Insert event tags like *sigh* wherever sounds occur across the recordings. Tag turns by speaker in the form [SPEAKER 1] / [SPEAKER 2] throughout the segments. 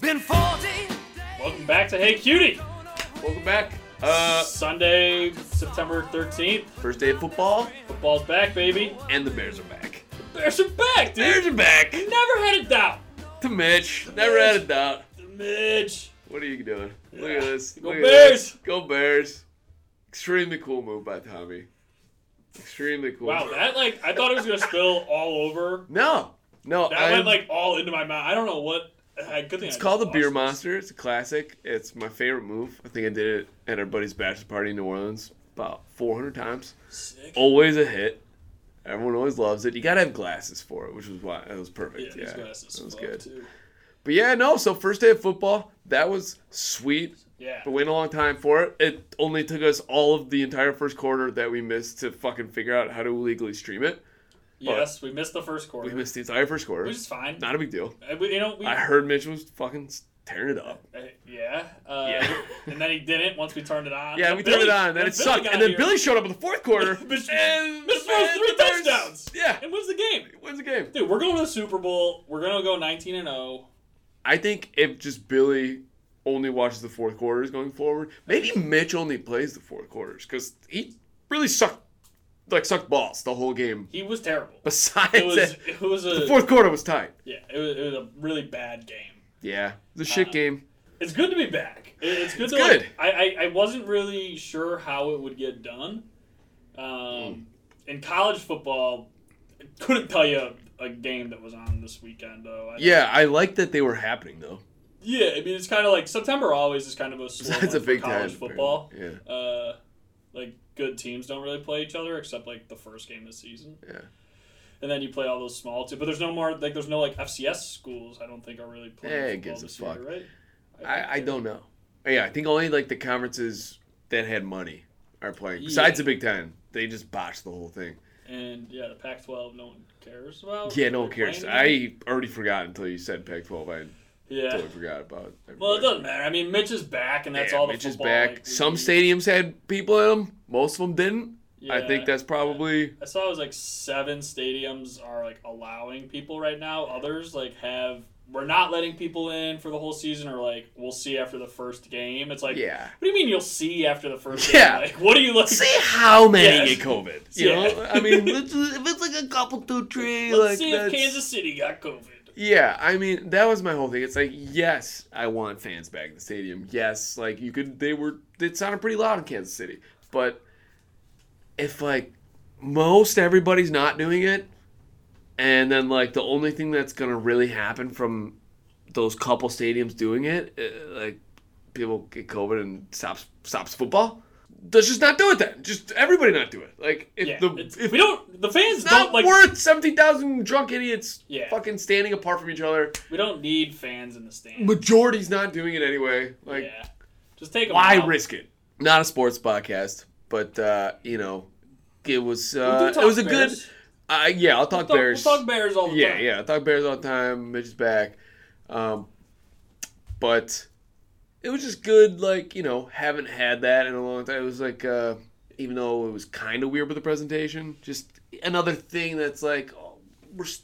[SPEAKER 1] been 40.
[SPEAKER 2] Welcome back to Hey Cutie.
[SPEAKER 3] Welcome back. Uh,
[SPEAKER 2] Sunday, September 13th.
[SPEAKER 3] first day of football,
[SPEAKER 2] Football's back, baby.
[SPEAKER 3] and the Bears are back.
[SPEAKER 2] Bears are back, dude.
[SPEAKER 3] Bears are back.
[SPEAKER 2] Never had a doubt.
[SPEAKER 3] To Mitch. Never had a doubt.
[SPEAKER 2] Midge.
[SPEAKER 3] What are you doing? Look at this.
[SPEAKER 2] Go
[SPEAKER 3] Look at
[SPEAKER 2] Bears!
[SPEAKER 3] this. Go Bears. Extremely cool move by Tommy. Extremely cool.
[SPEAKER 2] Wow, that like I thought it was gonna spill all over.
[SPEAKER 3] No. No.
[SPEAKER 2] That
[SPEAKER 3] I'm-
[SPEAKER 2] went like all into my mouth. I don't know what. I, good thing
[SPEAKER 3] It's
[SPEAKER 2] I
[SPEAKER 3] called the
[SPEAKER 2] lost
[SPEAKER 3] Beer
[SPEAKER 2] this.
[SPEAKER 3] Monster. It's a classic. It's my favorite move. I think I did it at our buddy's bachelor party in New Orleans about 400 times.
[SPEAKER 2] Sick.
[SPEAKER 3] Always a hit. Everyone always loves it. You gotta have glasses for it, which was why it was
[SPEAKER 2] Yeah,
[SPEAKER 3] perfect.
[SPEAKER 2] these
[SPEAKER 3] Yeah,
[SPEAKER 2] glasses
[SPEAKER 3] that was
[SPEAKER 2] fuck,
[SPEAKER 3] good.
[SPEAKER 2] Too.
[SPEAKER 3] But yeah, no. So first day of football, that was sweet.
[SPEAKER 2] Yeah.
[SPEAKER 3] But waiting a long time for it. It only took us all of the entire first quarter that we missed to fucking figure out how to legally stream it.
[SPEAKER 2] yes, we missed the first
[SPEAKER 3] We
[SPEAKER 2] quarter,
[SPEAKER 3] missed the entire first quarter.
[SPEAKER 2] which is fine.
[SPEAKER 3] Not a big deal.
[SPEAKER 2] Uh, we- you know, we,
[SPEAKER 3] I heard Mitch was fucking tearing it up.
[SPEAKER 2] Uh, yeah. Uh,
[SPEAKER 3] Yeah.
[SPEAKER 2] and then he didn't once we turned it on.
[SPEAKER 3] Yeah,
[SPEAKER 2] And
[SPEAKER 3] we
[SPEAKER 2] Billy-
[SPEAKER 3] turned it on, then it
[SPEAKER 2] Billy
[SPEAKER 3] sucked,
[SPEAKER 2] got
[SPEAKER 3] and then
[SPEAKER 2] here
[SPEAKER 3] Billy showed up in the fourth quarter
[SPEAKER 2] *laughs*
[SPEAKER 3] *laughs*
[SPEAKER 2] Mitch-
[SPEAKER 3] and
[SPEAKER 2] Mitch throws
[SPEAKER 3] and
[SPEAKER 2] three
[SPEAKER 3] the Bears-
[SPEAKER 2] touchdowns.
[SPEAKER 3] Yeah,
[SPEAKER 2] and wins the game.
[SPEAKER 3] wins the game.
[SPEAKER 2] Dude, we're going to the Super Bowl. We're gonna go 19 and oh. 0.
[SPEAKER 3] I think if just Billy only watches the fourth quarters going forward, maybe Mitch only plays the fourth quarters because he really sucked, like sucked balls the whole game. *laughs*
[SPEAKER 2] He was terrible.
[SPEAKER 3] Besides
[SPEAKER 2] It was
[SPEAKER 3] that,
[SPEAKER 2] it was
[SPEAKER 3] the
[SPEAKER 2] a
[SPEAKER 3] fourth quarter was tight.
[SPEAKER 2] yeah. It was, it was a really bad game.
[SPEAKER 3] Yeah, it was a shit
[SPEAKER 2] Uh,
[SPEAKER 3] game.
[SPEAKER 2] It's good to be back. It- It's good.
[SPEAKER 3] It's
[SPEAKER 2] to, like-
[SPEAKER 3] good.
[SPEAKER 2] I, I I wasn't really sure how it would get done. Um,
[SPEAKER 3] Hmm.
[SPEAKER 2] in college football, I couldn't tell you a, a game that was on this weekend though. I,
[SPEAKER 3] Yeah, I like that they were happening though.
[SPEAKER 2] Yeah, I mean it's kind of like September always is kind of a slow
[SPEAKER 3] It's a
[SPEAKER 2] month for
[SPEAKER 3] big time.
[SPEAKER 2] college football.
[SPEAKER 3] Yeah,
[SPEAKER 2] Uh, like good teams don't really play each other except like the first game of the season.
[SPEAKER 3] Yeah.
[SPEAKER 2] And then you play all those small too, but there's no more like there's no like FCS schools. I don't think are really playing.
[SPEAKER 3] Yeah, it
[SPEAKER 2] football
[SPEAKER 3] gives a
[SPEAKER 2] this
[SPEAKER 3] fuck.
[SPEAKER 2] Year, right? think
[SPEAKER 3] I, I
[SPEAKER 2] they-
[SPEAKER 3] don't know. Yeah, I think only like the conferences that had money are playing. Besides the
[SPEAKER 2] Yeah.
[SPEAKER 3] Big Ten, they just botched the whole thing.
[SPEAKER 2] And yeah, the Pac-12, no one cares about.
[SPEAKER 3] Yeah, no one
[SPEAKER 2] They're
[SPEAKER 3] cares.
[SPEAKER 2] playing them.
[SPEAKER 3] I already forgot until you said Pac-12. I
[SPEAKER 2] yeah.
[SPEAKER 3] totally forgot about. Everybody.
[SPEAKER 2] Well, it doesn't matter. I mean, Mitch is back, and that's
[SPEAKER 3] Yeah,
[SPEAKER 2] all the
[SPEAKER 3] Mitch is
[SPEAKER 2] football.
[SPEAKER 3] back.
[SPEAKER 2] like, we
[SPEAKER 3] Some
[SPEAKER 2] need.
[SPEAKER 3] stadiums had people in them. Most of them didn't. I
[SPEAKER 2] Yeah.
[SPEAKER 3] think that's probably
[SPEAKER 2] I saw it was like seven stadiums are like allowing people right now. Others like have we're not letting people in for the whole season, or like we'll see after the first game. It's like,
[SPEAKER 3] yeah.
[SPEAKER 2] what do you mean you'll see after the first
[SPEAKER 3] Yeah.
[SPEAKER 2] game? Like, what do you like?
[SPEAKER 3] See
[SPEAKER 2] *laughs*
[SPEAKER 3] how many
[SPEAKER 2] Yes.
[SPEAKER 3] get COVID. You
[SPEAKER 2] Yeah.
[SPEAKER 3] know, I mean, let's- if it's like a couple, two, three,
[SPEAKER 2] Let's
[SPEAKER 3] like
[SPEAKER 2] see if
[SPEAKER 3] that's-
[SPEAKER 2] Kansas City got COVID.
[SPEAKER 3] Yeah, I mean that was my whole thing. It's like, yes, I want fans back in the stadium. Yes, like you could. They were. It sounded pretty loud in Kansas City, but if like most everybody's not doing it, and then like the only thing that's gonna really happen from those couple stadiums doing it, uh, like people get COVID and stops stops football. Let's just not do it then. Just everybody not do it. Like if
[SPEAKER 2] Yeah,
[SPEAKER 3] the
[SPEAKER 2] it's-
[SPEAKER 3] if
[SPEAKER 2] we don't. The fans
[SPEAKER 3] it's not
[SPEAKER 2] don't like.
[SPEAKER 3] worth seventeen thousand drunk idiots
[SPEAKER 2] Yeah.
[SPEAKER 3] fucking standing apart from each other.
[SPEAKER 2] We don't need fans in the stands.
[SPEAKER 3] Majority's not doing it anyway. Like
[SPEAKER 2] yeah, just take 'em
[SPEAKER 3] why
[SPEAKER 2] out.
[SPEAKER 3] risk it? Not a sports podcast, but uh, you know, it was
[SPEAKER 2] We do
[SPEAKER 3] uh,
[SPEAKER 2] talk
[SPEAKER 3] it was a
[SPEAKER 2] Bears.
[SPEAKER 3] good. Uh, yeah, I'll talk
[SPEAKER 2] We'll
[SPEAKER 3] Bears.
[SPEAKER 2] We'll talk Bears all the
[SPEAKER 3] yeah,
[SPEAKER 2] time.
[SPEAKER 3] yeah, I'll talk Bears all the time. Mitch is back, um, but it was just good. Like you know, haven't had that in a long time. It was like uh, even though it was kind of weird with the presentation, just another thing that's like oh, we're s-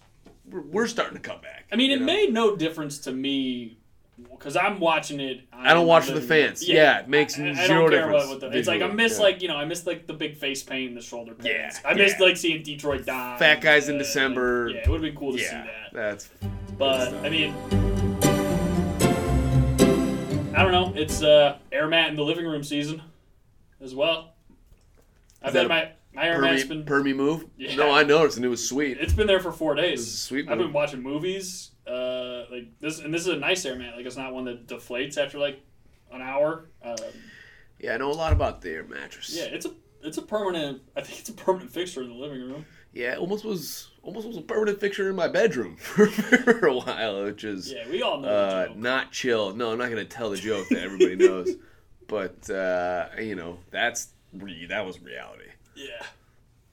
[SPEAKER 3] we're we're starting to come back.
[SPEAKER 2] I mean,
[SPEAKER 3] you
[SPEAKER 2] it
[SPEAKER 3] know?
[SPEAKER 2] made no difference to me because I'm watching it. on
[SPEAKER 3] I don't watch for the
[SPEAKER 2] living-
[SPEAKER 3] fans. Yeah, it makes
[SPEAKER 2] I- I
[SPEAKER 3] zero
[SPEAKER 2] don't care
[SPEAKER 3] difference
[SPEAKER 2] What, what the, it's like I
[SPEAKER 3] visually,
[SPEAKER 2] miss
[SPEAKER 3] yeah.
[SPEAKER 2] like you know I miss like the big face paint, the shoulder pads.
[SPEAKER 3] Yeah,
[SPEAKER 2] I missed
[SPEAKER 3] yeah.
[SPEAKER 2] like seeing Detroit die.
[SPEAKER 3] Fat guys in
[SPEAKER 2] uh, like,
[SPEAKER 3] December.
[SPEAKER 2] yeah, it would have been cool to
[SPEAKER 3] yeah,
[SPEAKER 2] see that.
[SPEAKER 3] that's
[SPEAKER 2] But
[SPEAKER 3] stuff.
[SPEAKER 2] I mean, I don't know. It's uh, air mat in the living room season as well. I've
[SPEAKER 3] that
[SPEAKER 2] had
[SPEAKER 3] a
[SPEAKER 2] my my air mat's
[SPEAKER 3] Permy,
[SPEAKER 2] been
[SPEAKER 3] Permy move.
[SPEAKER 2] Yeah.
[SPEAKER 3] No, I noticed, and it was sweet.
[SPEAKER 2] it's been there for four days.
[SPEAKER 3] This is a sweet
[SPEAKER 2] I've
[SPEAKER 3] move.
[SPEAKER 2] been watching movies. Uh, like this, and this is a nice air mat. Like it's not one that deflates after like an hour. Um,
[SPEAKER 3] yeah, I know a lot about the air mattress.
[SPEAKER 2] yeah, it's a it's a permanent. I think it's a permanent fixture in the living room.
[SPEAKER 3] Yeah, it almost was almost was a permanent fixture in my bedroom *laughs* for a while, which is
[SPEAKER 2] Yeah, we all know.
[SPEAKER 3] uh,
[SPEAKER 2] the joke.
[SPEAKER 3] not chill. No, I'm not gonna tell the joke that everybody
[SPEAKER 2] *laughs*
[SPEAKER 3] knows, but uh, you know that's re- that was reality.
[SPEAKER 2] yeah,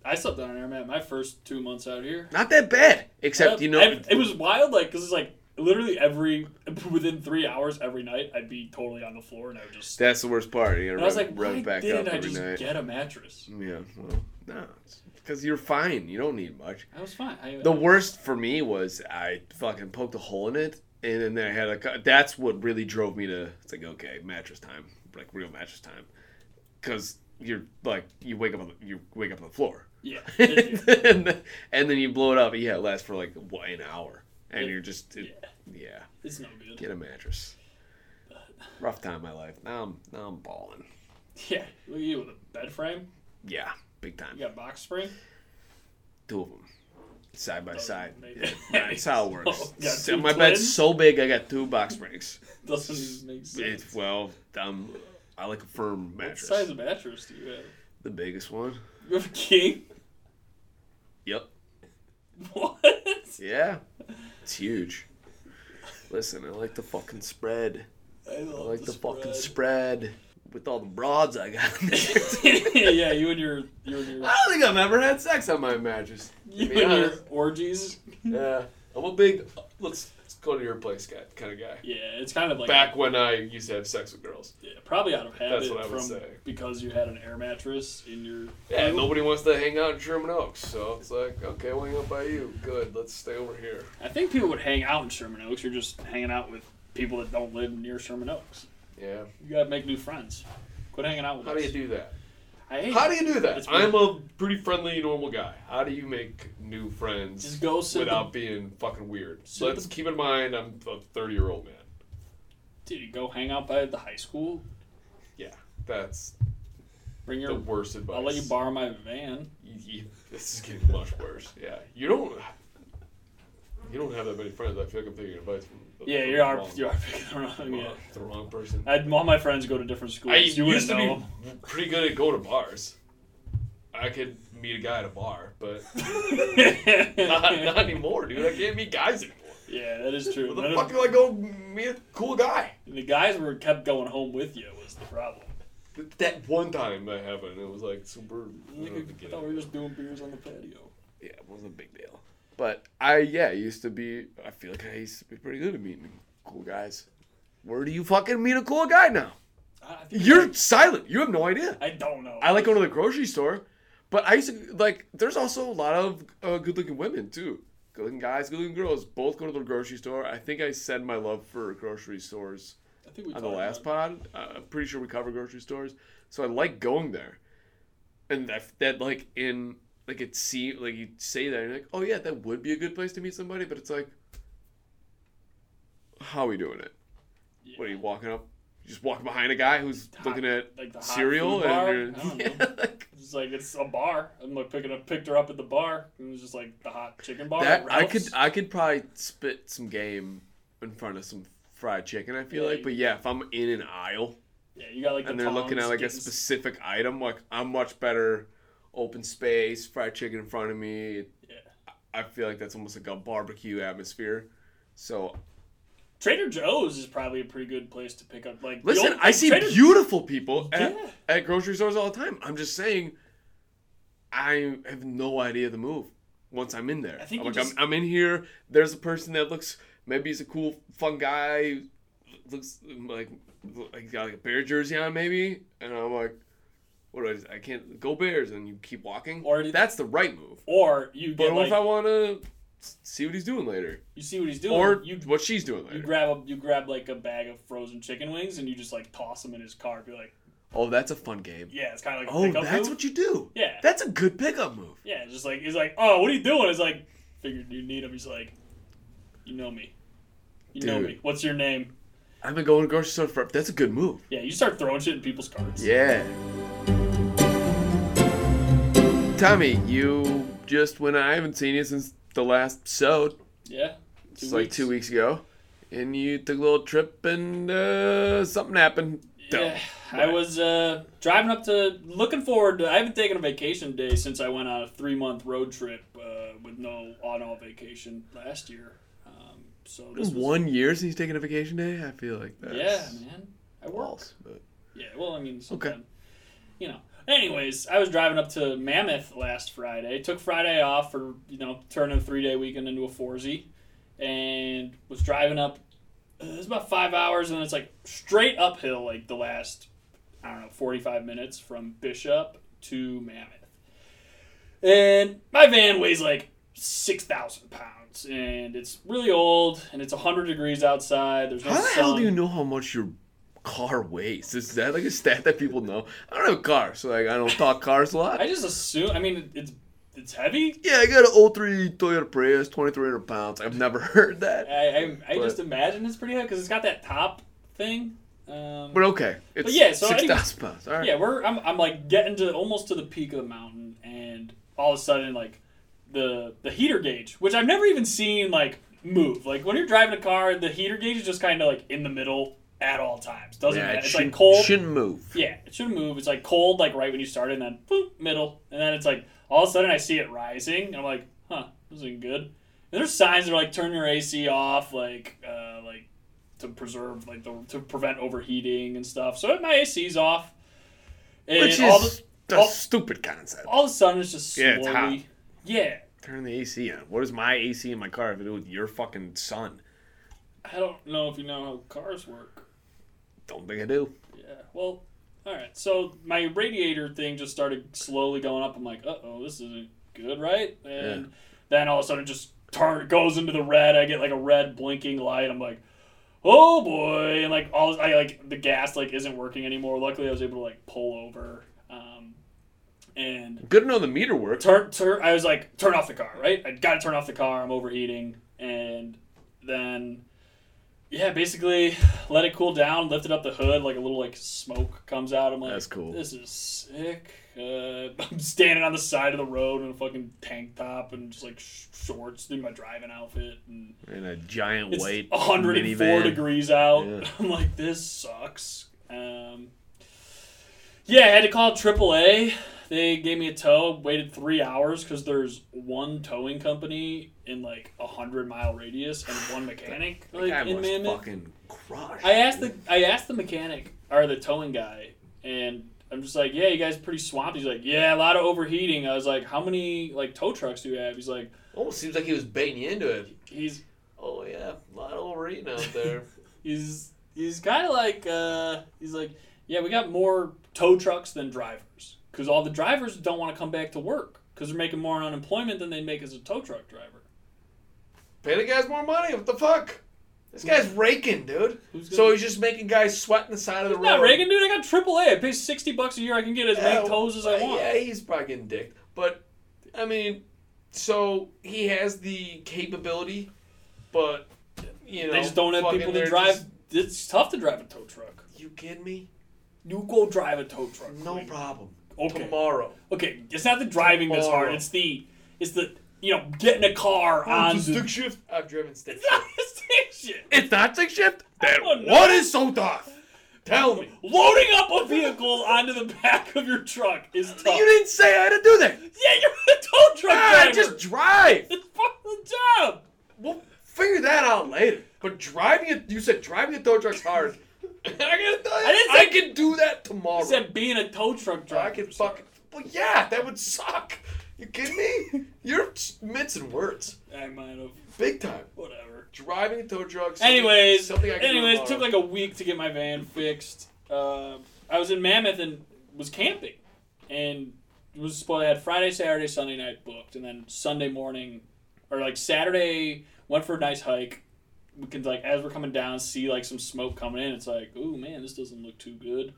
[SPEAKER 2] I slept on an air mat my first two months out here.
[SPEAKER 3] Not that bad, except
[SPEAKER 2] Yep.
[SPEAKER 3] you know
[SPEAKER 2] I- it was wild. Like because it's like literally every *laughs* within three hours every night, I'd be totally on the floor and I would just.
[SPEAKER 3] that's the worst part. You gotta
[SPEAKER 2] and I was
[SPEAKER 3] rev-
[SPEAKER 2] like,
[SPEAKER 3] rev
[SPEAKER 2] why
[SPEAKER 3] back
[SPEAKER 2] didn't
[SPEAKER 3] up
[SPEAKER 2] I
[SPEAKER 3] every
[SPEAKER 2] just
[SPEAKER 3] night.
[SPEAKER 2] get a mattress?
[SPEAKER 3] Yeah, well, no, because you're fine. You don't need much.
[SPEAKER 2] I was fine. I,
[SPEAKER 3] The worst for me was I fucking poked a hole in it and then I had a. co- That's what really drove me to. It's like okay, mattress time, like real mattress time, because you're like you wake up on the, you wake up on the floor,
[SPEAKER 2] Yeah.
[SPEAKER 3] *laughs* and, then, and then you blow it up. Yeah, it lasts for like what, an hour, and
[SPEAKER 2] Yeah.
[SPEAKER 3] you're just it- yeah.
[SPEAKER 2] it's no
[SPEAKER 3] *laughs*
[SPEAKER 2] good.
[SPEAKER 3] Get a mattress. Rough time in my life. Now I'm now I'm balling.
[SPEAKER 2] Yeah. Look at you with a bed frame.
[SPEAKER 3] Yeah, big time.
[SPEAKER 2] You got a box spring.
[SPEAKER 3] Two of them, side by
[SPEAKER 2] Doesn't
[SPEAKER 3] side.
[SPEAKER 2] make *laughs*
[SPEAKER 3] Yeah,
[SPEAKER 2] sense.
[SPEAKER 3] that's how it
[SPEAKER 2] Oh,
[SPEAKER 3] works.
[SPEAKER 2] got
[SPEAKER 3] So
[SPEAKER 2] two
[SPEAKER 3] my bed's
[SPEAKER 2] twins?
[SPEAKER 3] so big, I got two box springs.
[SPEAKER 2] *laughs* Doesn't make sense.
[SPEAKER 3] It's well, um, I like a firm
[SPEAKER 2] What
[SPEAKER 3] mattress.
[SPEAKER 2] size of mattress do you have?
[SPEAKER 3] The biggest one.
[SPEAKER 2] You have a king? *laughs*
[SPEAKER 3] Yep.
[SPEAKER 2] What?
[SPEAKER 3] Yeah. It's huge. Listen, I like the fucking spread.
[SPEAKER 2] I,
[SPEAKER 3] I
[SPEAKER 2] love
[SPEAKER 3] like the, fucking *laughs* spread with all the broads I *laughs* got. in there.
[SPEAKER 2] spread. *laughs* yeah, you and your you
[SPEAKER 3] *laughs*
[SPEAKER 2] and your
[SPEAKER 3] I don't think I've ever had sex on my mattress.
[SPEAKER 2] you
[SPEAKER 3] be
[SPEAKER 2] and your
[SPEAKER 3] honest.
[SPEAKER 2] orgies.
[SPEAKER 3] Yeah. I'm a big let's, let's go to your place guy kind of guy.
[SPEAKER 2] Yeah, it's kind of like
[SPEAKER 3] Back when I used to have sex with girls.
[SPEAKER 2] yeah, probably out of habit
[SPEAKER 3] That's what I would
[SPEAKER 2] from
[SPEAKER 3] say.
[SPEAKER 2] because you had an air mattress in your
[SPEAKER 3] Yeah, nobody wants to hang out in Sherman Oaks, so it's like, okay, we'll hang out by you. Good, let's stay over here.
[SPEAKER 2] I think people would hang out in Sherman Oaks. You're just hanging out with people that don't live near Sherman Oaks.
[SPEAKER 3] Yeah.
[SPEAKER 2] You gotta make new friends. Quit hanging out with
[SPEAKER 3] How do
[SPEAKER 2] us.
[SPEAKER 3] you do that?
[SPEAKER 2] I hate
[SPEAKER 3] How do you do that?
[SPEAKER 2] It's
[SPEAKER 3] I'm a pretty friendly, normal guy. How do you make new friends
[SPEAKER 2] Just go sit
[SPEAKER 3] without being fucking weird?
[SPEAKER 2] Sit
[SPEAKER 3] Let's
[SPEAKER 2] the-
[SPEAKER 3] keep in mind I'm a 30 year old man.
[SPEAKER 2] Dude, you go hang out by the high school.
[SPEAKER 3] Yeah, that's
[SPEAKER 2] Bring
[SPEAKER 3] the
[SPEAKER 2] your.
[SPEAKER 3] worst advice.
[SPEAKER 2] I'll let you borrow my van.
[SPEAKER 3] You- you- This is getting much worse. Yeah, you don't. You don't have that many friends. I feel like I'm taking advice from. the-
[SPEAKER 2] Yeah,
[SPEAKER 3] from
[SPEAKER 2] you
[SPEAKER 3] the
[SPEAKER 2] are
[SPEAKER 3] wrong-
[SPEAKER 2] you are picking the wrong. Yeah.
[SPEAKER 3] the wrong person.
[SPEAKER 2] i all my friends go to different schools.
[SPEAKER 3] I
[SPEAKER 2] you
[SPEAKER 3] used
[SPEAKER 2] wouldn't
[SPEAKER 3] to
[SPEAKER 2] know *laughs*
[SPEAKER 3] be pretty good at going to bars. I could meet a guy at a bar,
[SPEAKER 2] *laughs*
[SPEAKER 3] but *laughs*
[SPEAKER 2] them.
[SPEAKER 3] *laughs* not, not anymore, dude. I can't meet guys anymore.
[SPEAKER 2] yeah, that is true.
[SPEAKER 3] Where
[SPEAKER 2] None
[SPEAKER 3] the
[SPEAKER 2] of-
[SPEAKER 3] fuck do I go meet a cool guy?
[SPEAKER 2] the guys were kept going home with you was the problem.
[SPEAKER 3] That one time that happened, it was like super. I don't
[SPEAKER 2] I
[SPEAKER 3] get
[SPEAKER 2] thought
[SPEAKER 3] it.
[SPEAKER 2] we were just doing beers on the patio.
[SPEAKER 3] Yeah, it wasn't a big deal. But I, yeah, used to be. I feel like I used to be pretty good at meeting cool guys. Where do you fucking meet a cool guy now?
[SPEAKER 2] I, I think
[SPEAKER 3] You're silent. You have no idea.
[SPEAKER 2] I don't know.
[SPEAKER 3] I like going to the grocery store, but I used to like. There's also a lot of uh, good-looking women too. Good-looking guys, good-looking girls, both go to the grocery store. I think I said my love for grocery stores
[SPEAKER 2] I think we
[SPEAKER 3] on the
[SPEAKER 2] talked
[SPEAKER 3] last
[SPEAKER 2] about
[SPEAKER 3] pod. Uh, I'm pretty sure we cover grocery stores, so I like going there. And that, that like in like it seem like you say that and you're like, oh yeah, that would be a good place to meet somebody, but it's like, how are we doing it?
[SPEAKER 2] it. Yeah.
[SPEAKER 3] What are you walking up? You just walking behind a guy who's
[SPEAKER 2] Hot-
[SPEAKER 3] looking at
[SPEAKER 2] like the hot
[SPEAKER 3] cereal
[SPEAKER 2] food bar?
[SPEAKER 3] and *laughs*
[SPEAKER 2] I
[SPEAKER 3] you're,
[SPEAKER 2] don't
[SPEAKER 3] yeah, like,
[SPEAKER 2] It's like it's a bar. I'm like picking up picked her up at the bar. It was just like the hot chicken bar.
[SPEAKER 3] That
[SPEAKER 2] at
[SPEAKER 3] I could uh,
[SPEAKER 2] Ralph's.
[SPEAKER 3] I could probably spit some game in front of some fried chicken. I feel
[SPEAKER 2] Yeah,
[SPEAKER 3] like,
[SPEAKER 2] you-
[SPEAKER 3] but yeah, if I'm in an aisle
[SPEAKER 2] Yeah, you got like the
[SPEAKER 3] and they're looking
[SPEAKER 2] tongs,
[SPEAKER 3] at like a
[SPEAKER 2] getting-
[SPEAKER 3] specific item, like I'm much better open space, fried chicken in front of me.
[SPEAKER 2] Yeah.
[SPEAKER 3] I feel like that's almost like a barbecue atmosphere. So
[SPEAKER 2] Trader Joe's is probably a pretty good place to pick up like the
[SPEAKER 3] listen,
[SPEAKER 2] old-
[SPEAKER 3] I see
[SPEAKER 2] Trader-
[SPEAKER 3] beautiful people at,
[SPEAKER 2] Yeah.
[SPEAKER 3] at grocery stores all the time. I'm just saying, I have no idea the move once I'm in there.
[SPEAKER 2] I think
[SPEAKER 3] I'm,
[SPEAKER 2] you
[SPEAKER 3] like,
[SPEAKER 2] just-
[SPEAKER 3] I'm, I'm in here. There's a person that looks maybe he's a cool, fun guy. Looks like like he's got like a bear jersey on maybe, and I'm like, what do I? I can't go Bears, and you keep walking.
[SPEAKER 2] Or do-
[SPEAKER 3] that's the right move.
[SPEAKER 2] or you
[SPEAKER 3] But
[SPEAKER 2] get
[SPEAKER 3] what
[SPEAKER 2] like
[SPEAKER 3] if I want to see what he's doing later,
[SPEAKER 2] you see what he's doing
[SPEAKER 3] or
[SPEAKER 2] you
[SPEAKER 3] what she's doing
[SPEAKER 2] You
[SPEAKER 3] later?
[SPEAKER 2] grab a, you grab like a bag of frozen chicken wings and you just like toss them in his car. Be like,
[SPEAKER 3] Oh, that's a fun game.
[SPEAKER 2] yeah, it's kind of like a
[SPEAKER 3] Oh,
[SPEAKER 2] pickup
[SPEAKER 3] that's
[SPEAKER 2] move.
[SPEAKER 3] what you do.
[SPEAKER 2] yeah,
[SPEAKER 3] That's a good pickup move.
[SPEAKER 2] yeah. it's Just like he's like, oh, what are you doing? It's like, figured you need him. He's like, you know me, you know
[SPEAKER 3] Dude.
[SPEAKER 2] me. What's your name?
[SPEAKER 3] I've been going to grocery store for. That's a good move.
[SPEAKER 2] Yeah, you start throwing shit in people's carts.
[SPEAKER 3] Yeah. Tommy, you just went. I haven't seen you since the last so.
[SPEAKER 2] yeah.
[SPEAKER 3] It's like two weeks ago, and you took a little trip and uh, something happened.
[SPEAKER 2] Yeah,
[SPEAKER 3] Dumb.
[SPEAKER 2] I was uh, driving up to looking forward. To, I haven't taken a vacation day since I went on a three month road trip uh, with no on all vacation last year. Um, so this was
[SPEAKER 3] One year since he's taking a vacation day. I feel like that's
[SPEAKER 2] yeah, man. I work.
[SPEAKER 3] false, but
[SPEAKER 2] Yeah, well, I mean, sometime, you know. Anyways, I was driving up to Mammoth last Friday. Took Friday off for you know turning a three day weekend into a foursy, and was driving up. uh, It was about five hours, and it's like straight uphill, like the last I don't know forty five minutes from Bishop to Mammoth. And my van weighs like six thousand pounds, and it's really old, and it's hundred degrees outside. There's no
[SPEAKER 3] How the
[SPEAKER 2] sun.
[SPEAKER 3] hell do you know how much your car weighs? Is that like a stat that people know? I don't have a car, so like I don't talk cars a lot.
[SPEAKER 2] I just assume. I mean, it's it's heavy.
[SPEAKER 3] yeah, I got an 03 Toyota Prius, 2,300 pounds. I've never *laughs* heard that.
[SPEAKER 2] I I, I
[SPEAKER 3] But-
[SPEAKER 2] just imagine it's pretty heavy because it's got that top thing. Um,
[SPEAKER 3] But okay, it's
[SPEAKER 2] yeah, so I think-
[SPEAKER 3] 6,000 pounds. All right.
[SPEAKER 2] yeah, we're I'm I'm like getting to almost to the peak of the mountain, and all of a sudden like the the heater gauge, which I've never even seen like move. Like when you're driving a car, the heater gauge is just kind of like in the middle at all times. Doesn't
[SPEAKER 3] Yeah,
[SPEAKER 2] matter.
[SPEAKER 3] it
[SPEAKER 2] It's like
[SPEAKER 3] shouldn't-
[SPEAKER 2] cold.
[SPEAKER 3] Shouldn't move.
[SPEAKER 2] Yeah, it should move. It's like cold, like right when you start, it, and then boop, middle, and then it's like all of a sudden I see it rising. And I'm like, huh, this isn't good. And there's signs that are like turn your AC off, like uh, like to preserve, like the, to prevent overheating and stuff. So my AC's off, and
[SPEAKER 3] Which
[SPEAKER 2] all,
[SPEAKER 3] is
[SPEAKER 2] the-
[SPEAKER 3] a
[SPEAKER 2] all-
[SPEAKER 3] stupid concept.
[SPEAKER 2] the, all of a sudden it's just slowly.
[SPEAKER 3] Yeah, it's hot.
[SPEAKER 2] Yeah,
[SPEAKER 3] Turn the AC on. What does my AC in my car have to do with your fucking sun?
[SPEAKER 2] I don't know if you know how cars work.
[SPEAKER 3] Don't think I do.
[SPEAKER 2] Yeah. Well, all right. So my radiator thing just started slowly going up. I'm like, uh oh, this isn't good, right? And then all of a sudden, it just turn it goes into the red. I get like a red blinking light. I'm like, oh boy, and like all I like the gas like isn't working anymore. Luckily, I was able to like pull over. Um, and
[SPEAKER 3] Good to know the meter works.
[SPEAKER 2] turn turn I was like turn off the car right I gotta turn off the car I'm overheating and then yeah basically let it cool down lifted up the hood like a little like smoke comes out I'm like
[SPEAKER 3] That's cool.
[SPEAKER 2] this is sick uh, *laughs* I'm standing on the side of the road in a fucking tank top and just like sh- shorts in my driving outfit and
[SPEAKER 3] In a giant
[SPEAKER 2] it's
[SPEAKER 3] white
[SPEAKER 2] 104
[SPEAKER 3] minivan.
[SPEAKER 2] degrees out.
[SPEAKER 3] Yeah.
[SPEAKER 2] *laughs* I'm like, this sucks. Um, yeah, I had to call AAA. They gave me a tow. Waited three hours because there's one towing company in like a hundred mile radius and one mechanic
[SPEAKER 3] *sighs* That
[SPEAKER 2] like,
[SPEAKER 3] guy
[SPEAKER 2] in
[SPEAKER 3] must
[SPEAKER 2] Mammoth.
[SPEAKER 3] fucking crush.
[SPEAKER 2] I asked the I asked the mechanic or the towing guy, and I'm just like, yeah, you guys pretty swamped. He's like, yeah, a lot of overheating. I was like, how many like tow trucks do you have? He's like,
[SPEAKER 3] Almost seems like he was baiting you into it.
[SPEAKER 2] he's
[SPEAKER 3] Oh yeah, a lot of overeating out *laughs*
[SPEAKER 2] there. he's he's kind of like uh, he's like yeah we got more tow trucks than drivers because all the drivers don't want to come back to work because they're making more on unemployment than they make as a tow truck driver
[SPEAKER 3] Pay the guys more money. What the fuck? This guy's raking, dude.
[SPEAKER 2] who's
[SPEAKER 3] So
[SPEAKER 2] gonna
[SPEAKER 3] he's just making guys sweat on the side of the
[SPEAKER 2] It's
[SPEAKER 3] road.
[SPEAKER 2] not Reagan, dude. I got AAA. I pay sixty bucks a year. I can get as
[SPEAKER 3] Yeah,
[SPEAKER 2] many toes as I want.
[SPEAKER 3] Yeah, he's probably getting dicked. But I mean, so he has the capability, but you know,
[SPEAKER 2] they just don't have
[SPEAKER 3] fucking
[SPEAKER 2] people
[SPEAKER 3] they're
[SPEAKER 2] to drive.
[SPEAKER 3] just-
[SPEAKER 2] It's tough to drive a tow truck.
[SPEAKER 3] you kidding me?
[SPEAKER 2] You go drive a tow truck.
[SPEAKER 3] No
[SPEAKER 2] Reagan.
[SPEAKER 3] problem.
[SPEAKER 2] Okay.
[SPEAKER 3] Tomorrow.
[SPEAKER 2] Okay. It's not the driving that's hard.
[SPEAKER 3] Tomorrow.
[SPEAKER 2] It's the it's the you know getting a car on.
[SPEAKER 3] Ah, it's
[SPEAKER 2] the,
[SPEAKER 3] stick shift. I've driven stick
[SPEAKER 2] *laughs* it's not
[SPEAKER 3] shift.
[SPEAKER 2] the station.
[SPEAKER 3] It's not stick shift. Then
[SPEAKER 2] don't know.
[SPEAKER 3] what is so tough? Tell me.
[SPEAKER 2] Loading up a vehicle onto the back of your truck is tough.
[SPEAKER 3] You didn't say I had to do that.
[SPEAKER 2] yeah, you're a tow truck
[SPEAKER 3] I
[SPEAKER 2] driver.
[SPEAKER 3] just drive.
[SPEAKER 2] It's part of the job.
[SPEAKER 3] We'll figure that out later. But driving it, you said driving a tow truck's hard. *laughs* I gotta tell you,
[SPEAKER 2] I
[SPEAKER 3] I,
[SPEAKER 2] didn't say-
[SPEAKER 3] can do that tomorrow.
[SPEAKER 2] I said being a tow truck driver.
[SPEAKER 3] I can fucking. Well, yeah, that would suck. You kidding me? You're s- mincing words,
[SPEAKER 2] I might have.
[SPEAKER 3] big time.
[SPEAKER 2] Whatever.
[SPEAKER 3] Driving a tow truck. something-
[SPEAKER 2] Anyways,
[SPEAKER 3] something I can do
[SPEAKER 2] anyways, took
[SPEAKER 3] tomorrow.
[SPEAKER 2] like a week to get my van fixed. Uh, I was in Mammoth and was camping, and it was spoiled. I had Friday, Saturday, Sunday night booked, and then Sunday morning, or like Saturday, went for a nice hike. We can like as we're coming down, see like some smoke coming in. It's like, oh man, this doesn't look too good.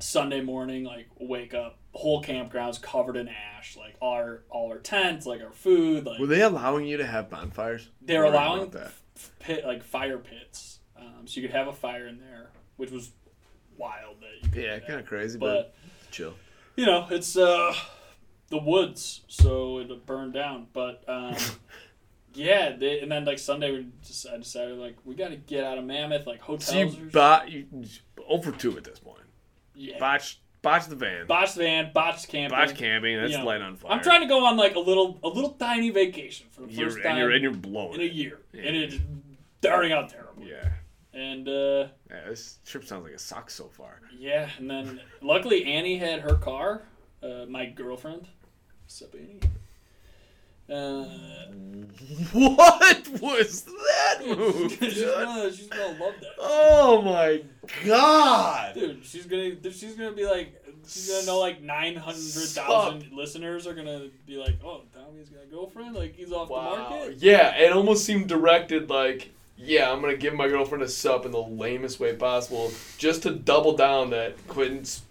[SPEAKER 2] Sunday morning, like wake up, whole campground's covered in ash. Like all our all our tents, like our food, like
[SPEAKER 3] Were they allowing you to have bonfires?
[SPEAKER 2] they're
[SPEAKER 3] Worried
[SPEAKER 2] allowing
[SPEAKER 3] about that.
[SPEAKER 2] f- pit like fire pits, um, so you could have a fire in there, which was wild. That you could
[SPEAKER 3] Yeah,
[SPEAKER 2] do
[SPEAKER 3] kind
[SPEAKER 2] that.
[SPEAKER 3] of crazy,
[SPEAKER 2] but
[SPEAKER 3] but, chill.
[SPEAKER 2] you know it's uh, the woods, so it burned down. But
[SPEAKER 3] *laughs*
[SPEAKER 2] um, yeah, they, and then like Sunday, we just I decided like we got to get out of Mammoth, like hotels.
[SPEAKER 3] So you
[SPEAKER 2] or
[SPEAKER 3] bot you, over two at this point.
[SPEAKER 2] yeah.
[SPEAKER 3] Botch, botch the van.
[SPEAKER 2] botched van, botched camping.
[SPEAKER 3] Botch camping. That's
[SPEAKER 2] You know,
[SPEAKER 3] light on fire.
[SPEAKER 2] I'm trying to go on like a little a little tiny vacation for the 1st
[SPEAKER 3] You're,
[SPEAKER 2] time
[SPEAKER 3] and you're and you're blowing.
[SPEAKER 2] in a
[SPEAKER 3] it.
[SPEAKER 2] year,
[SPEAKER 3] Yeah.
[SPEAKER 2] and it's starting out terrible.
[SPEAKER 3] Yeah.
[SPEAKER 2] And uh,
[SPEAKER 3] Yeah, this trip sounds like it sucks so far. *laughs*
[SPEAKER 2] Yeah, and then luckily Annie had her car, uh, my girlfriend. What's up, Annie? Uh,
[SPEAKER 3] What was that move,
[SPEAKER 2] *laughs* she's,
[SPEAKER 3] dude?
[SPEAKER 2] gonna, she's gonna love that,
[SPEAKER 3] *laughs* Oh my god!
[SPEAKER 2] dude. She's gonna, she's gonna be like, she's gonna know like nine hundred thousand listeners are gonna be like, oh, Tommy's got a girlfriend. Like he's off the
[SPEAKER 3] Wow.
[SPEAKER 2] market.
[SPEAKER 3] Yeah, it almost seemed directed like, yeah, I'm gonna give my girlfriend a sup in the lamest way possible, just to double down that Quentin's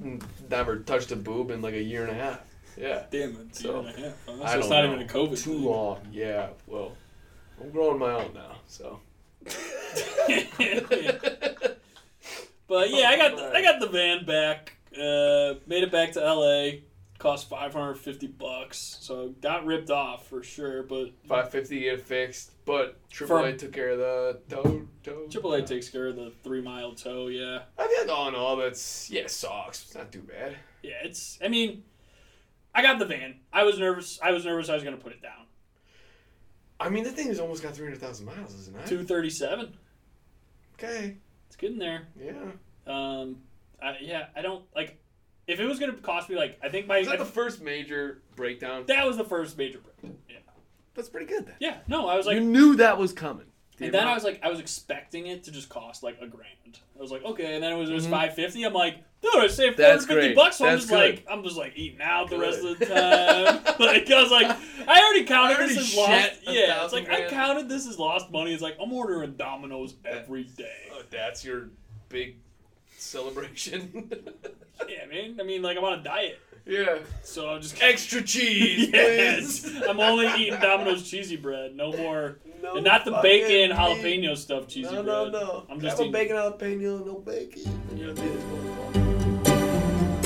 [SPEAKER 3] never touched a boob in like a year and a half. Yeah,
[SPEAKER 2] Damn it, it's a year
[SPEAKER 3] So,
[SPEAKER 2] and a half, huh?
[SPEAKER 3] I
[SPEAKER 2] so it's
[SPEAKER 3] don't
[SPEAKER 2] not
[SPEAKER 3] know.
[SPEAKER 2] even a COVID.
[SPEAKER 3] too long. Yeah, well, I'm growing my own now,
[SPEAKER 2] *laughs*
[SPEAKER 3] so. *laughs*
[SPEAKER 2] thing. but yeah, I
[SPEAKER 3] Oh,
[SPEAKER 2] got the, I got the van back. Uh, made it back to L.A. Cost five hundred fifty bucks, so got ripped off for sure. But
[SPEAKER 3] Five fifty get it fixed, but AAA took care of the toe toe.
[SPEAKER 2] AAA takes care of the three mile tow. Yeah.
[SPEAKER 3] I think all in all, that's yeah, it sucks. It's not too bad.
[SPEAKER 2] Yeah, it's. I mean, I got the van. I was nervous. I was nervous. I was gonna put it down.
[SPEAKER 3] I mean, the thing has almost got three hundred thousand miles, isn't it?
[SPEAKER 2] Two thirty seven.
[SPEAKER 3] Okay.
[SPEAKER 2] It's good in there.
[SPEAKER 3] Yeah.
[SPEAKER 2] Um, I, yeah, I don't like. If it was gonna cost me like, I think my
[SPEAKER 3] Is
[SPEAKER 2] I-
[SPEAKER 3] that the first major breakdown?
[SPEAKER 2] that was the first major break. Yeah.
[SPEAKER 3] That's pretty good. Then.
[SPEAKER 2] Yeah. No, I was like,
[SPEAKER 3] you knew that was coming.
[SPEAKER 2] and then I was like, I was expecting it to just cost like a grand. I was like, okay, and then it was, it was
[SPEAKER 3] Mhm.
[SPEAKER 2] five fifty. I'm like, dude, I saved four
[SPEAKER 3] That's
[SPEAKER 2] hundred fifty
[SPEAKER 3] great.
[SPEAKER 2] bucks. So I'm
[SPEAKER 3] That's
[SPEAKER 2] just
[SPEAKER 3] good.
[SPEAKER 2] like, I'm just like eating out the
[SPEAKER 3] Good.
[SPEAKER 2] rest of
[SPEAKER 3] *laughs*
[SPEAKER 2] the time. *laughs* like I was like, I already counted
[SPEAKER 3] I already
[SPEAKER 2] this as
[SPEAKER 3] shed
[SPEAKER 2] lost.
[SPEAKER 3] a
[SPEAKER 2] Yeah, it's
[SPEAKER 3] thousand
[SPEAKER 2] like I
[SPEAKER 3] grand.
[SPEAKER 2] counted this as lost money. It's like I'm ordering Domino's every day.
[SPEAKER 3] Oh, that's your big celebration. *laughs*
[SPEAKER 2] Yeah, man. I mean, like I'm on a diet,
[SPEAKER 3] yeah.
[SPEAKER 2] so I'm just.
[SPEAKER 3] Extra cheese,
[SPEAKER 2] *laughs* Yes,
[SPEAKER 3] please.
[SPEAKER 2] *laughs* I'm only eating Domino's cheesy bread. No more,
[SPEAKER 3] No
[SPEAKER 2] and not the
[SPEAKER 3] fucking
[SPEAKER 2] bacon
[SPEAKER 3] meat.
[SPEAKER 2] jalapeno stuffed cheesy
[SPEAKER 3] no, no,
[SPEAKER 2] bread.
[SPEAKER 3] no.
[SPEAKER 2] I'm just
[SPEAKER 3] Have
[SPEAKER 2] eating.
[SPEAKER 3] a bacon jalapeno, no bacon.
[SPEAKER 2] Yeah.
[SPEAKER 3] Yeah.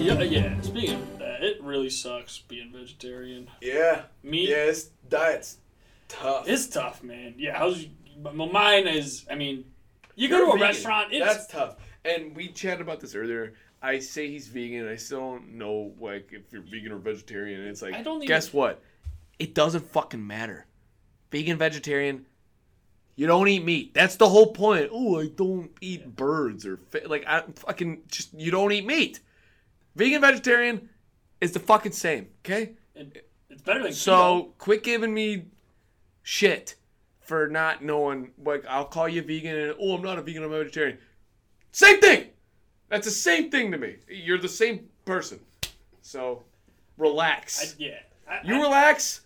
[SPEAKER 2] Yeah, yeah. Speaking of that, it really sucks being vegetarian.
[SPEAKER 3] Yeah.
[SPEAKER 2] Meat
[SPEAKER 3] it's diet's tough.
[SPEAKER 2] is tough, man. Yeah, how's well, mine is? I mean, you go
[SPEAKER 3] You're
[SPEAKER 2] to a
[SPEAKER 3] vegan.
[SPEAKER 2] restaurant, it's
[SPEAKER 3] That's tough. And we chatted about this earlier. I say he's vegan. I still don't know like if you're vegan or vegetarian. And It's like
[SPEAKER 2] I don't even-
[SPEAKER 3] guess what? It doesn't fucking matter. Vegan, vegetarian. You don't eat meat. That's the whole point. Oh, I don't eat birds or fi- like I fucking just you don't eat meat. Vegan, vegetarian is the fucking same. Okay.
[SPEAKER 2] it- it's better than keto.
[SPEAKER 3] So quit giving me shit for not knowing. Like I'll call you vegan, and oh, I'm not a vegan. I'm a vegetarian. Same thing. That's the same thing to me. You're the same person. So
[SPEAKER 2] I,
[SPEAKER 3] relax.
[SPEAKER 2] yeah, I,
[SPEAKER 3] you
[SPEAKER 2] I,
[SPEAKER 3] relax,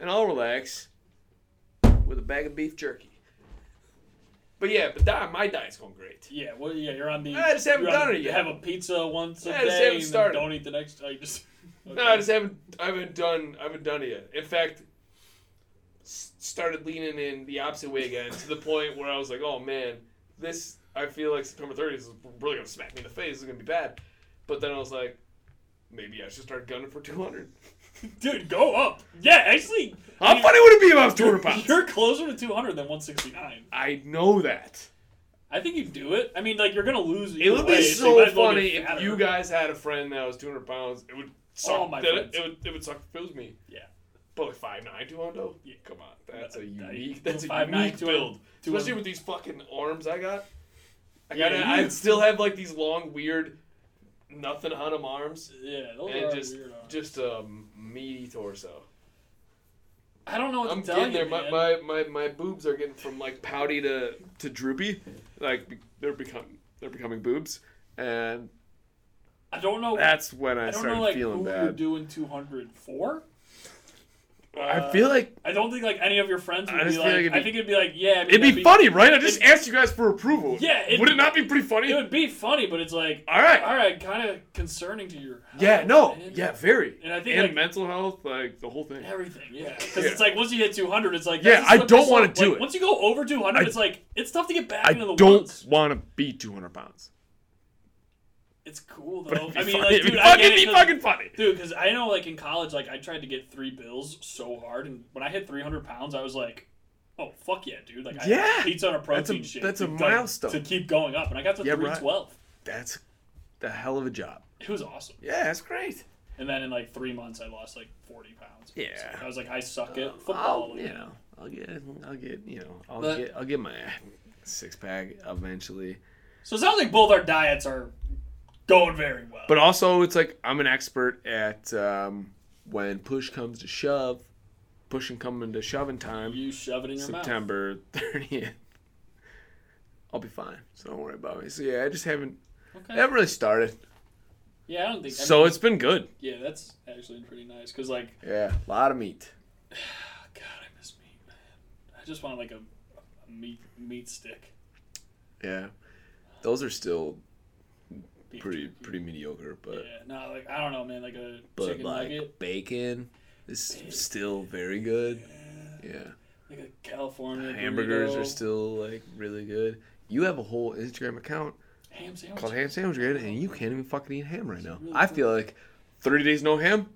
[SPEAKER 3] and I'll relax with a bag of beef jerky. But yeah, but diet, my diet's going great.
[SPEAKER 2] yeah, well, yeah. You're on the.
[SPEAKER 3] I just haven't
[SPEAKER 2] you're on
[SPEAKER 3] done
[SPEAKER 2] the-
[SPEAKER 3] it yet.
[SPEAKER 2] Have a pizza once a
[SPEAKER 3] I just
[SPEAKER 2] day,
[SPEAKER 3] haven't
[SPEAKER 2] and then
[SPEAKER 3] started.
[SPEAKER 2] don't eat the next. I
[SPEAKER 3] *laughs*
[SPEAKER 2] just.
[SPEAKER 3] No, I just haven't. I haven't done. I haven't done it yet. In fact, s- started leaning in the opposite way again to the point where I was like, "Oh man, this." I feel like September 30th is really gonna smack me in the face. It's gonna be bad. But then I was like, maybe I should start gunning for 200.
[SPEAKER 2] dude, go up. Yeah, actually,
[SPEAKER 3] How
[SPEAKER 2] you-
[SPEAKER 3] funny would it be if I was
[SPEAKER 2] you're,
[SPEAKER 3] 200 pounds?
[SPEAKER 2] you're closer to 200 than 169.
[SPEAKER 3] I know that.
[SPEAKER 2] I think you do it. I mean, like you're gonna lose.
[SPEAKER 3] It
[SPEAKER 2] either
[SPEAKER 3] would
[SPEAKER 2] way,
[SPEAKER 3] be
[SPEAKER 2] you
[SPEAKER 3] so
[SPEAKER 2] might as well
[SPEAKER 3] funny
[SPEAKER 2] get
[SPEAKER 3] if
[SPEAKER 2] fatter.
[SPEAKER 3] you guys had a friend that was 200 pounds. It would suck.
[SPEAKER 2] All Oh my
[SPEAKER 3] that it,
[SPEAKER 2] friends.
[SPEAKER 3] it would it would suck if it was me.
[SPEAKER 2] Yeah.
[SPEAKER 3] But like five nine two hundred.
[SPEAKER 2] Yeah.
[SPEAKER 3] Come on, that's
[SPEAKER 2] Uh,
[SPEAKER 3] a
[SPEAKER 2] that-
[SPEAKER 3] unique. That's a
[SPEAKER 2] 5'9",
[SPEAKER 3] unique
[SPEAKER 2] 200,
[SPEAKER 3] build.
[SPEAKER 2] 200.
[SPEAKER 3] Especially with these fucking arms I got. I
[SPEAKER 2] Yeah,
[SPEAKER 3] got. to
[SPEAKER 2] you-
[SPEAKER 3] I still have like these long weird, nothing on them arms,
[SPEAKER 2] Yeah, those
[SPEAKER 3] and
[SPEAKER 2] are
[SPEAKER 3] just
[SPEAKER 2] weird arms.
[SPEAKER 3] just a meaty torso.
[SPEAKER 2] I don't know what
[SPEAKER 3] I'm
[SPEAKER 2] to tell
[SPEAKER 3] getting
[SPEAKER 2] you,
[SPEAKER 3] there.
[SPEAKER 2] man.
[SPEAKER 3] My, my my my boobs are getting from like pouty to to droopy. Like be- they're becoming they're becoming boobs, and
[SPEAKER 2] I don't know.
[SPEAKER 3] that's when I,
[SPEAKER 2] I don't
[SPEAKER 3] started
[SPEAKER 2] know like
[SPEAKER 3] feeling
[SPEAKER 2] who you're
[SPEAKER 3] bad.
[SPEAKER 2] doing 200 for.
[SPEAKER 3] I feel like
[SPEAKER 2] Uh, I don't think like any of your friends would
[SPEAKER 3] I
[SPEAKER 2] be
[SPEAKER 3] just
[SPEAKER 2] like.
[SPEAKER 3] feel like it'd
[SPEAKER 2] I
[SPEAKER 3] be-
[SPEAKER 2] think it'd be like, yeah, I mean,
[SPEAKER 3] it'd be,
[SPEAKER 2] that'd
[SPEAKER 3] funny, right? I just
[SPEAKER 2] it'd-
[SPEAKER 3] asked you guys for approval.
[SPEAKER 2] Yeah, it'd-
[SPEAKER 3] would it not be pretty funny?
[SPEAKER 2] It would be funny, but it's like,
[SPEAKER 3] All right.
[SPEAKER 2] all right, kind of concerning to your. Health,
[SPEAKER 3] Yeah, no,
[SPEAKER 2] man.
[SPEAKER 3] yeah, very.
[SPEAKER 2] And I think, like-
[SPEAKER 3] mental health, like the whole thing.
[SPEAKER 2] Everything, yeah, because
[SPEAKER 3] Yeah.
[SPEAKER 2] it's like once you hit 200, it's like
[SPEAKER 3] Yeah,
[SPEAKER 2] that's a
[SPEAKER 3] I don't
[SPEAKER 2] slippery
[SPEAKER 3] wanna
[SPEAKER 2] slope.
[SPEAKER 3] do
[SPEAKER 2] Like,
[SPEAKER 3] it.
[SPEAKER 2] Once you go over 200,
[SPEAKER 3] I-
[SPEAKER 2] it's like it's tough to get back
[SPEAKER 3] I
[SPEAKER 2] into the
[SPEAKER 3] don't
[SPEAKER 2] ones.
[SPEAKER 3] want to be 200 pounds,
[SPEAKER 2] It's cool
[SPEAKER 3] but
[SPEAKER 2] though.
[SPEAKER 3] it'd be
[SPEAKER 2] I mean,
[SPEAKER 3] funny.
[SPEAKER 2] like,
[SPEAKER 3] it'd
[SPEAKER 2] dude,
[SPEAKER 3] be
[SPEAKER 2] I get
[SPEAKER 3] fucking,
[SPEAKER 2] it
[SPEAKER 3] be
[SPEAKER 2] 'cause-
[SPEAKER 3] fucking funny.
[SPEAKER 2] Dude, because I know, like in college, like I tried to get three bills so hard, and when I hit 300 pounds, I was like, "Oh fuck yeah, dude!" Like I
[SPEAKER 3] Yeah.
[SPEAKER 2] had pizza and a
[SPEAKER 3] That's a-
[SPEAKER 2] protein shake.
[SPEAKER 3] that's a
[SPEAKER 2] to, like,
[SPEAKER 3] milestone.
[SPEAKER 2] to keep going up, and I got to
[SPEAKER 3] Yeah, right.
[SPEAKER 2] 312.
[SPEAKER 3] That's the hell of a job.
[SPEAKER 2] It was awesome.
[SPEAKER 3] Yeah, that's great.
[SPEAKER 2] And then in like three months, I lost like 40 pounds.
[SPEAKER 3] Yeah. Oh,
[SPEAKER 2] So I was like, I suck at football.
[SPEAKER 3] I'll, you know, I'll get, I'll get, you know, I'll
[SPEAKER 2] But-
[SPEAKER 3] get, I'll get my six pack eventually.
[SPEAKER 2] So it sounds like both our diets are going very well.
[SPEAKER 3] But also, it's like I'm an expert at um, when push comes to shove, push and coming to shoving time.
[SPEAKER 2] you shove it in your mouth.
[SPEAKER 3] September *laughs* 30th. I'll be fine, so don't worry about me. So yeah, I just haven't, I
[SPEAKER 2] Okay.
[SPEAKER 3] haven't really started.
[SPEAKER 2] Yeah, I don't think. I
[SPEAKER 3] So
[SPEAKER 2] mean,
[SPEAKER 3] it's been good.
[SPEAKER 2] yeah, that's actually pretty nice because like, *sighs*
[SPEAKER 1] Yeah, a lot of meat.
[SPEAKER 2] oh, God, I miss meat, man. I just want like a, a meat meat stick.
[SPEAKER 3] Yeah. Those are still
[SPEAKER 2] Beef
[SPEAKER 3] pretty
[SPEAKER 2] jerky.
[SPEAKER 3] pretty mediocre, but
[SPEAKER 2] yeah, no, like I don't know, man. Like a
[SPEAKER 3] but
[SPEAKER 2] chicken
[SPEAKER 3] like
[SPEAKER 2] nugget,
[SPEAKER 3] bacon is still very good. Yeah.
[SPEAKER 2] like a California
[SPEAKER 3] Hamburgers
[SPEAKER 2] burrito,
[SPEAKER 3] are still like really good. You have a whole Instagram account
[SPEAKER 2] ham sandwich.
[SPEAKER 3] called Ham Sandwich Grid, and you can't even fucking eat ham right now. I feel like 30 days no ham,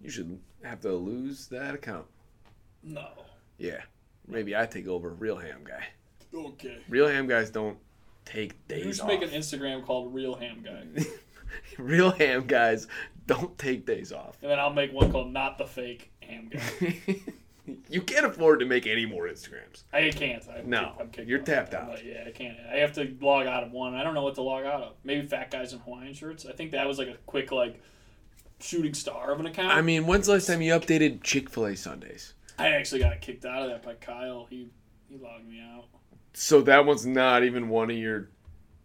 [SPEAKER 3] you should have to lose that account.
[SPEAKER 2] No.
[SPEAKER 3] Yeah. Maybe I take over Real Ham Guy.
[SPEAKER 2] Okay.
[SPEAKER 3] Real Ham Guys don't take
[SPEAKER 2] You
[SPEAKER 3] days
[SPEAKER 2] should
[SPEAKER 3] off.
[SPEAKER 2] make an Instagram called Real Ham Guy, and
[SPEAKER 3] *laughs* Real Ham Guys don't take days
[SPEAKER 2] *laughs*
[SPEAKER 3] off.
[SPEAKER 2] then I'll make one called Not the Fake Ham Guy. *laughs*
[SPEAKER 3] you can't afford to make any more Instagrams.
[SPEAKER 2] I can't. I'm
[SPEAKER 3] No,
[SPEAKER 2] kicked- I'm kicked
[SPEAKER 3] you're
[SPEAKER 2] off.
[SPEAKER 3] tapped
[SPEAKER 2] I'm
[SPEAKER 3] out.
[SPEAKER 2] like, yeah, I can't. I have to log out of one. I don't know what to log out of. Maybe fat guys in Hawaiian shirts. I think that was like a quick like shooting star of an account.
[SPEAKER 3] I mean, when's the last time you updated Chick fil A Sundays?
[SPEAKER 2] I actually got kicked out of that by Kyle. He he logged me out.
[SPEAKER 3] So that one's not even one of your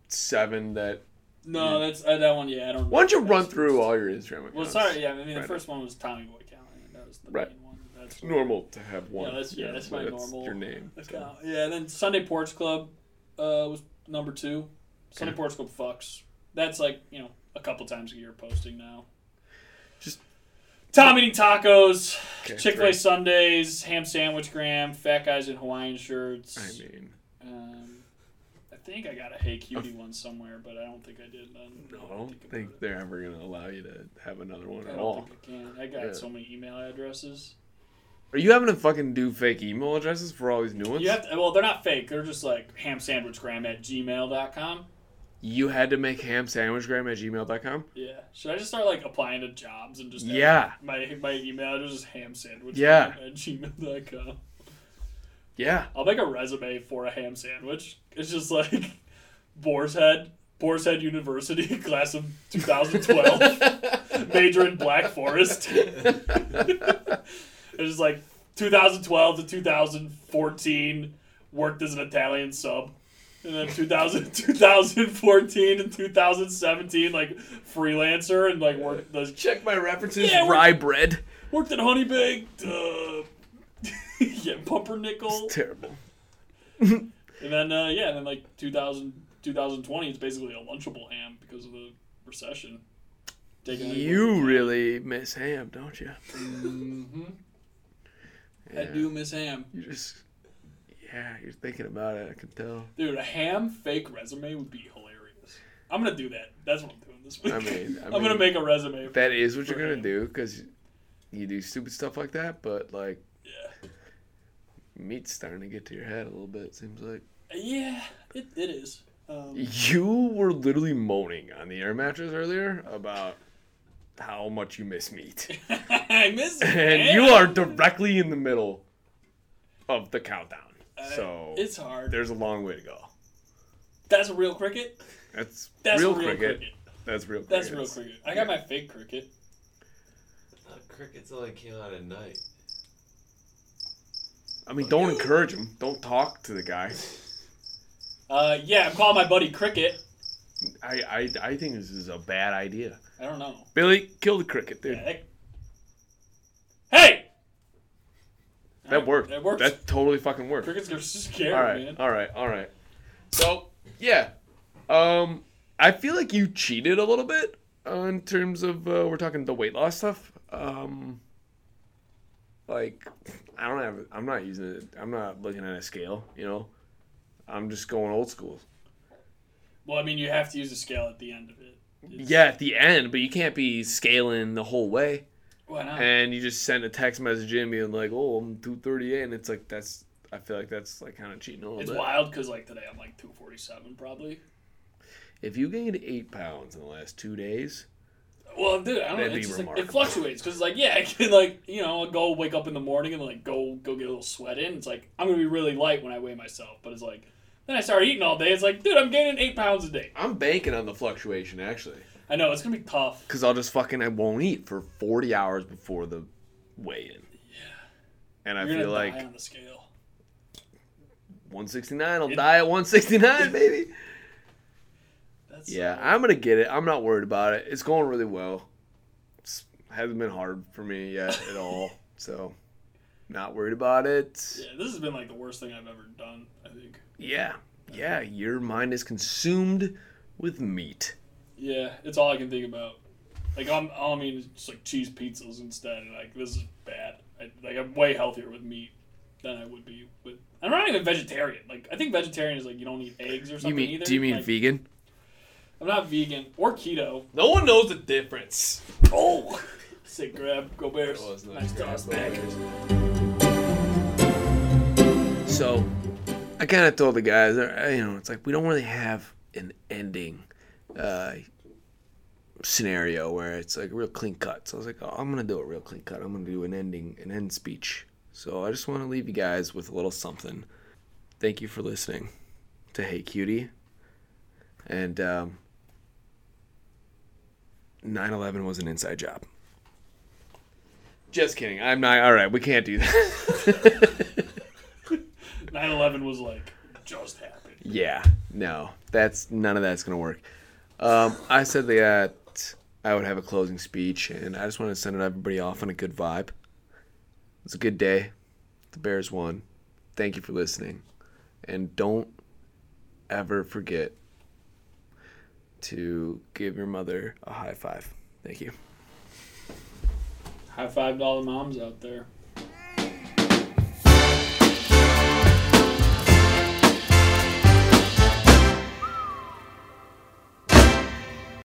[SPEAKER 3] seven that.
[SPEAKER 2] No, that's uh, that one. Yeah, I don't.
[SPEAKER 3] Why don't you run through all your Instagram accounts?
[SPEAKER 2] Well, sorry. Yeah, I mean the
[SPEAKER 3] Right.
[SPEAKER 2] first one was Tommy Boy Callahan. That was the
[SPEAKER 3] Right.
[SPEAKER 2] main one. That's
[SPEAKER 3] It's normal to have one.
[SPEAKER 2] yeah, that's yeah, that's my normal
[SPEAKER 3] Your name. so.
[SPEAKER 2] account. Yeah, and then Sunday Porch Club uh, was number two. Sunday
[SPEAKER 3] Yeah.
[SPEAKER 2] Porch Club fucks. That's like you know a couple times a year posting now.
[SPEAKER 3] Just-
[SPEAKER 2] Tom eating tacos,
[SPEAKER 3] Okay,
[SPEAKER 2] Chick Fil A
[SPEAKER 3] three.
[SPEAKER 2] Sundays, ham sandwich gram, fat guys in Hawaiian shirts.
[SPEAKER 3] I mean,
[SPEAKER 2] um, I think I got a Hey Cutie one somewhere, but I don't think I did. Then.
[SPEAKER 3] no, I don't
[SPEAKER 2] about
[SPEAKER 3] think
[SPEAKER 2] it.
[SPEAKER 3] they're ever going to allow you to have another one
[SPEAKER 2] I
[SPEAKER 3] at
[SPEAKER 2] don't
[SPEAKER 3] all.
[SPEAKER 2] think I can. I got
[SPEAKER 3] Yeah.
[SPEAKER 2] so many email addresses.
[SPEAKER 3] Are you having to fucking do fake email addresses for all these new ones?
[SPEAKER 2] You have to, well, they're not fake. They're just like ham sandwichgram at gmail.com.
[SPEAKER 3] You had to make ham sandwichgram at gmail.com?
[SPEAKER 2] Yeah. Should I just start like applying to jobs and just add-
[SPEAKER 3] Yeah.
[SPEAKER 2] my my email address is ham sandwich
[SPEAKER 3] Yeah.
[SPEAKER 2] at gmail.com.
[SPEAKER 3] Yeah.
[SPEAKER 2] I'll make a resume for a ham sandwich. It's just like Boar's Head, Boar's Head University, *laughs* class of 2012, major in Black Forest. It's just like 2012 to 2014, worked as an Italian sub. And then *laughs* 2000, 2014 and 2017, like freelancer and like worked, does
[SPEAKER 3] *laughs* Check my references.
[SPEAKER 2] Yeah, we're-
[SPEAKER 3] Rye bread.
[SPEAKER 2] Worked at Honey Baked, uh, *laughs* yeah, Pumpernickel.
[SPEAKER 3] It's *laughs* terrible.
[SPEAKER 2] And then, uh, yeah, and then like 2000, 2020, it's basically a Lunchable ham because of the recession. Taking
[SPEAKER 3] You really miss ham, don't you?
[SPEAKER 2] hmm I
[SPEAKER 3] Yeah.
[SPEAKER 2] do miss ham.
[SPEAKER 3] You just, yeah, you're thinking about it. I can tell.
[SPEAKER 2] Dude, a ham fake resume would be hilarious. I'm going to do that. That's what I'm doing this week.
[SPEAKER 3] I mean- I
[SPEAKER 2] *laughs* am going to
[SPEAKER 3] mean-
[SPEAKER 2] make a resume. For,
[SPEAKER 3] That is what you're
[SPEAKER 2] Right.
[SPEAKER 3] gonna do because you do stupid stuff like that. But like,
[SPEAKER 2] yeah.
[SPEAKER 3] meat's starting to get to your head a little bit. It seems like
[SPEAKER 2] Yeah, it, it is. *laughs* Um,
[SPEAKER 3] you were literally moaning on the air mattress earlier about how much you miss meat,
[SPEAKER 2] I miss it.
[SPEAKER 3] *laughs* and you are directly in the middle of the countdown.
[SPEAKER 2] Uh,
[SPEAKER 3] So
[SPEAKER 2] It's hard.
[SPEAKER 3] there's a long way to go.
[SPEAKER 2] That's a real cricket.
[SPEAKER 3] That's,
[SPEAKER 2] That's
[SPEAKER 3] real,
[SPEAKER 2] a real
[SPEAKER 3] cricket.
[SPEAKER 2] cricket.
[SPEAKER 3] That's real cricket.
[SPEAKER 2] That's real cricket. I got my fake cricket.
[SPEAKER 4] Not crickets only came out at night.
[SPEAKER 3] I mean, don't encourage him. Don't talk to the guy.
[SPEAKER 2] Uh, yeah, I'm calling my buddy Cricket.
[SPEAKER 3] I, I, I think this is a bad idea.
[SPEAKER 2] I don't know.
[SPEAKER 3] Billy, kill the cricket, dude.
[SPEAKER 2] Heck. Hey!
[SPEAKER 3] That worked.
[SPEAKER 2] That worked.
[SPEAKER 3] That totally fucking worked.
[SPEAKER 2] Crickets *laughs* are scary,
[SPEAKER 3] all right,
[SPEAKER 2] man.
[SPEAKER 3] all right, all right. So yeah, um, I feel like you cheated a little bit uh, in terms of uh, we're talking the weight loss stuff. Um, like I don't have. I'm not using it. I'm not looking at a scale. You know, I'm just going old school.
[SPEAKER 2] Well, I mean, you have to use a scale at the end of it. It's-
[SPEAKER 3] Yeah, at the end, but you can't be scaling the whole way.
[SPEAKER 2] Why not?
[SPEAKER 3] and you just send a text message in being like, "Oh, I'm 238," and it's like that's I feel like that's like kind of cheating a little
[SPEAKER 2] it's
[SPEAKER 3] bit.
[SPEAKER 2] wild because, like, today I'm like 247 probably.
[SPEAKER 3] If you gained eight pounds in the last two days,
[SPEAKER 2] Well, dude, I don't know.
[SPEAKER 3] That'd be
[SPEAKER 2] It's just, like, it
[SPEAKER 3] remarkable.
[SPEAKER 2] fluctuates because, like, yeah, *laughs* I can, like, you know, I'll go wake up in the morning and, like, go go get a little sweat in. It's like, I'm going to be really light when I weigh myself. But it's like, then I start eating all day. It's like, dude, I'm gaining eight pounds a day.
[SPEAKER 3] I'm banking on the fluctuation actually,
[SPEAKER 2] I know, it's going to be tough.
[SPEAKER 3] because I'll just fucking I won't eat for 40 hours before the weigh-in. Yeah. And I
[SPEAKER 2] You're
[SPEAKER 3] feel
[SPEAKER 2] gonna
[SPEAKER 3] like
[SPEAKER 2] die on the scale.
[SPEAKER 3] 169, I'll
[SPEAKER 2] It- *laughs*
[SPEAKER 3] die at 169, baby.
[SPEAKER 4] That's
[SPEAKER 3] Yeah,
[SPEAKER 4] solid.
[SPEAKER 3] I'm gonna get it. I'm not worried about it. It's going really well. It's, hasn't been hard for me yet at all, *laughs* so not worried about it.
[SPEAKER 2] Yeah, this has been like the worst thing I've ever done. I think.
[SPEAKER 3] Yeah, yeah. Your mind is consumed with meat.
[SPEAKER 2] Yeah, it's all I can think about. Like I'm, all I mean is just like cheese pizzas instead. And like this is bad. I, like I'm way healthier with meat than I would be with. I'm not even vegetarian. Like I think vegetarian is like you don't eat eggs or something
[SPEAKER 3] you mean?
[SPEAKER 2] either.
[SPEAKER 3] Do you mean
[SPEAKER 2] Like,
[SPEAKER 3] vegan?
[SPEAKER 2] I'm not vegan or keto.
[SPEAKER 3] No one knows the difference.
[SPEAKER 2] Oh, *laughs* sick grab. Go Bears.
[SPEAKER 4] That was
[SPEAKER 2] Nice
[SPEAKER 4] nice grab,
[SPEAKER 2] toss,
[SPEAKER 4] go
[SPEAKER 2] Packers.
[SPEAKER 3] So, I kind of told the guys, uh, you know, it's like we don't really have an ending uh, scenario where it's like real clean cut. So I was like, oh, I'm gonna do a real clean cut. I'm gonna do an ending, an end speech. So I just want to leave you guys with a little something. Thank you for listening to Hey Cutie. And um, 9/11 was an inside job. Just kidding. I'm not. All right, we can't do that.
[SPEAKER 2] 9/11 was like just happened.
[SPEAKER 3] Yeah, no, that's none of that's gonna work. Um, I said that I would have a closing speech, and I just wanted to send everybody off on a good vibe. It's a good day. The Bears won. Thank you for listening, and don't ever forget to give your mother a high five. Thank you.
[SPEAKER 2] High five to all the moms out there.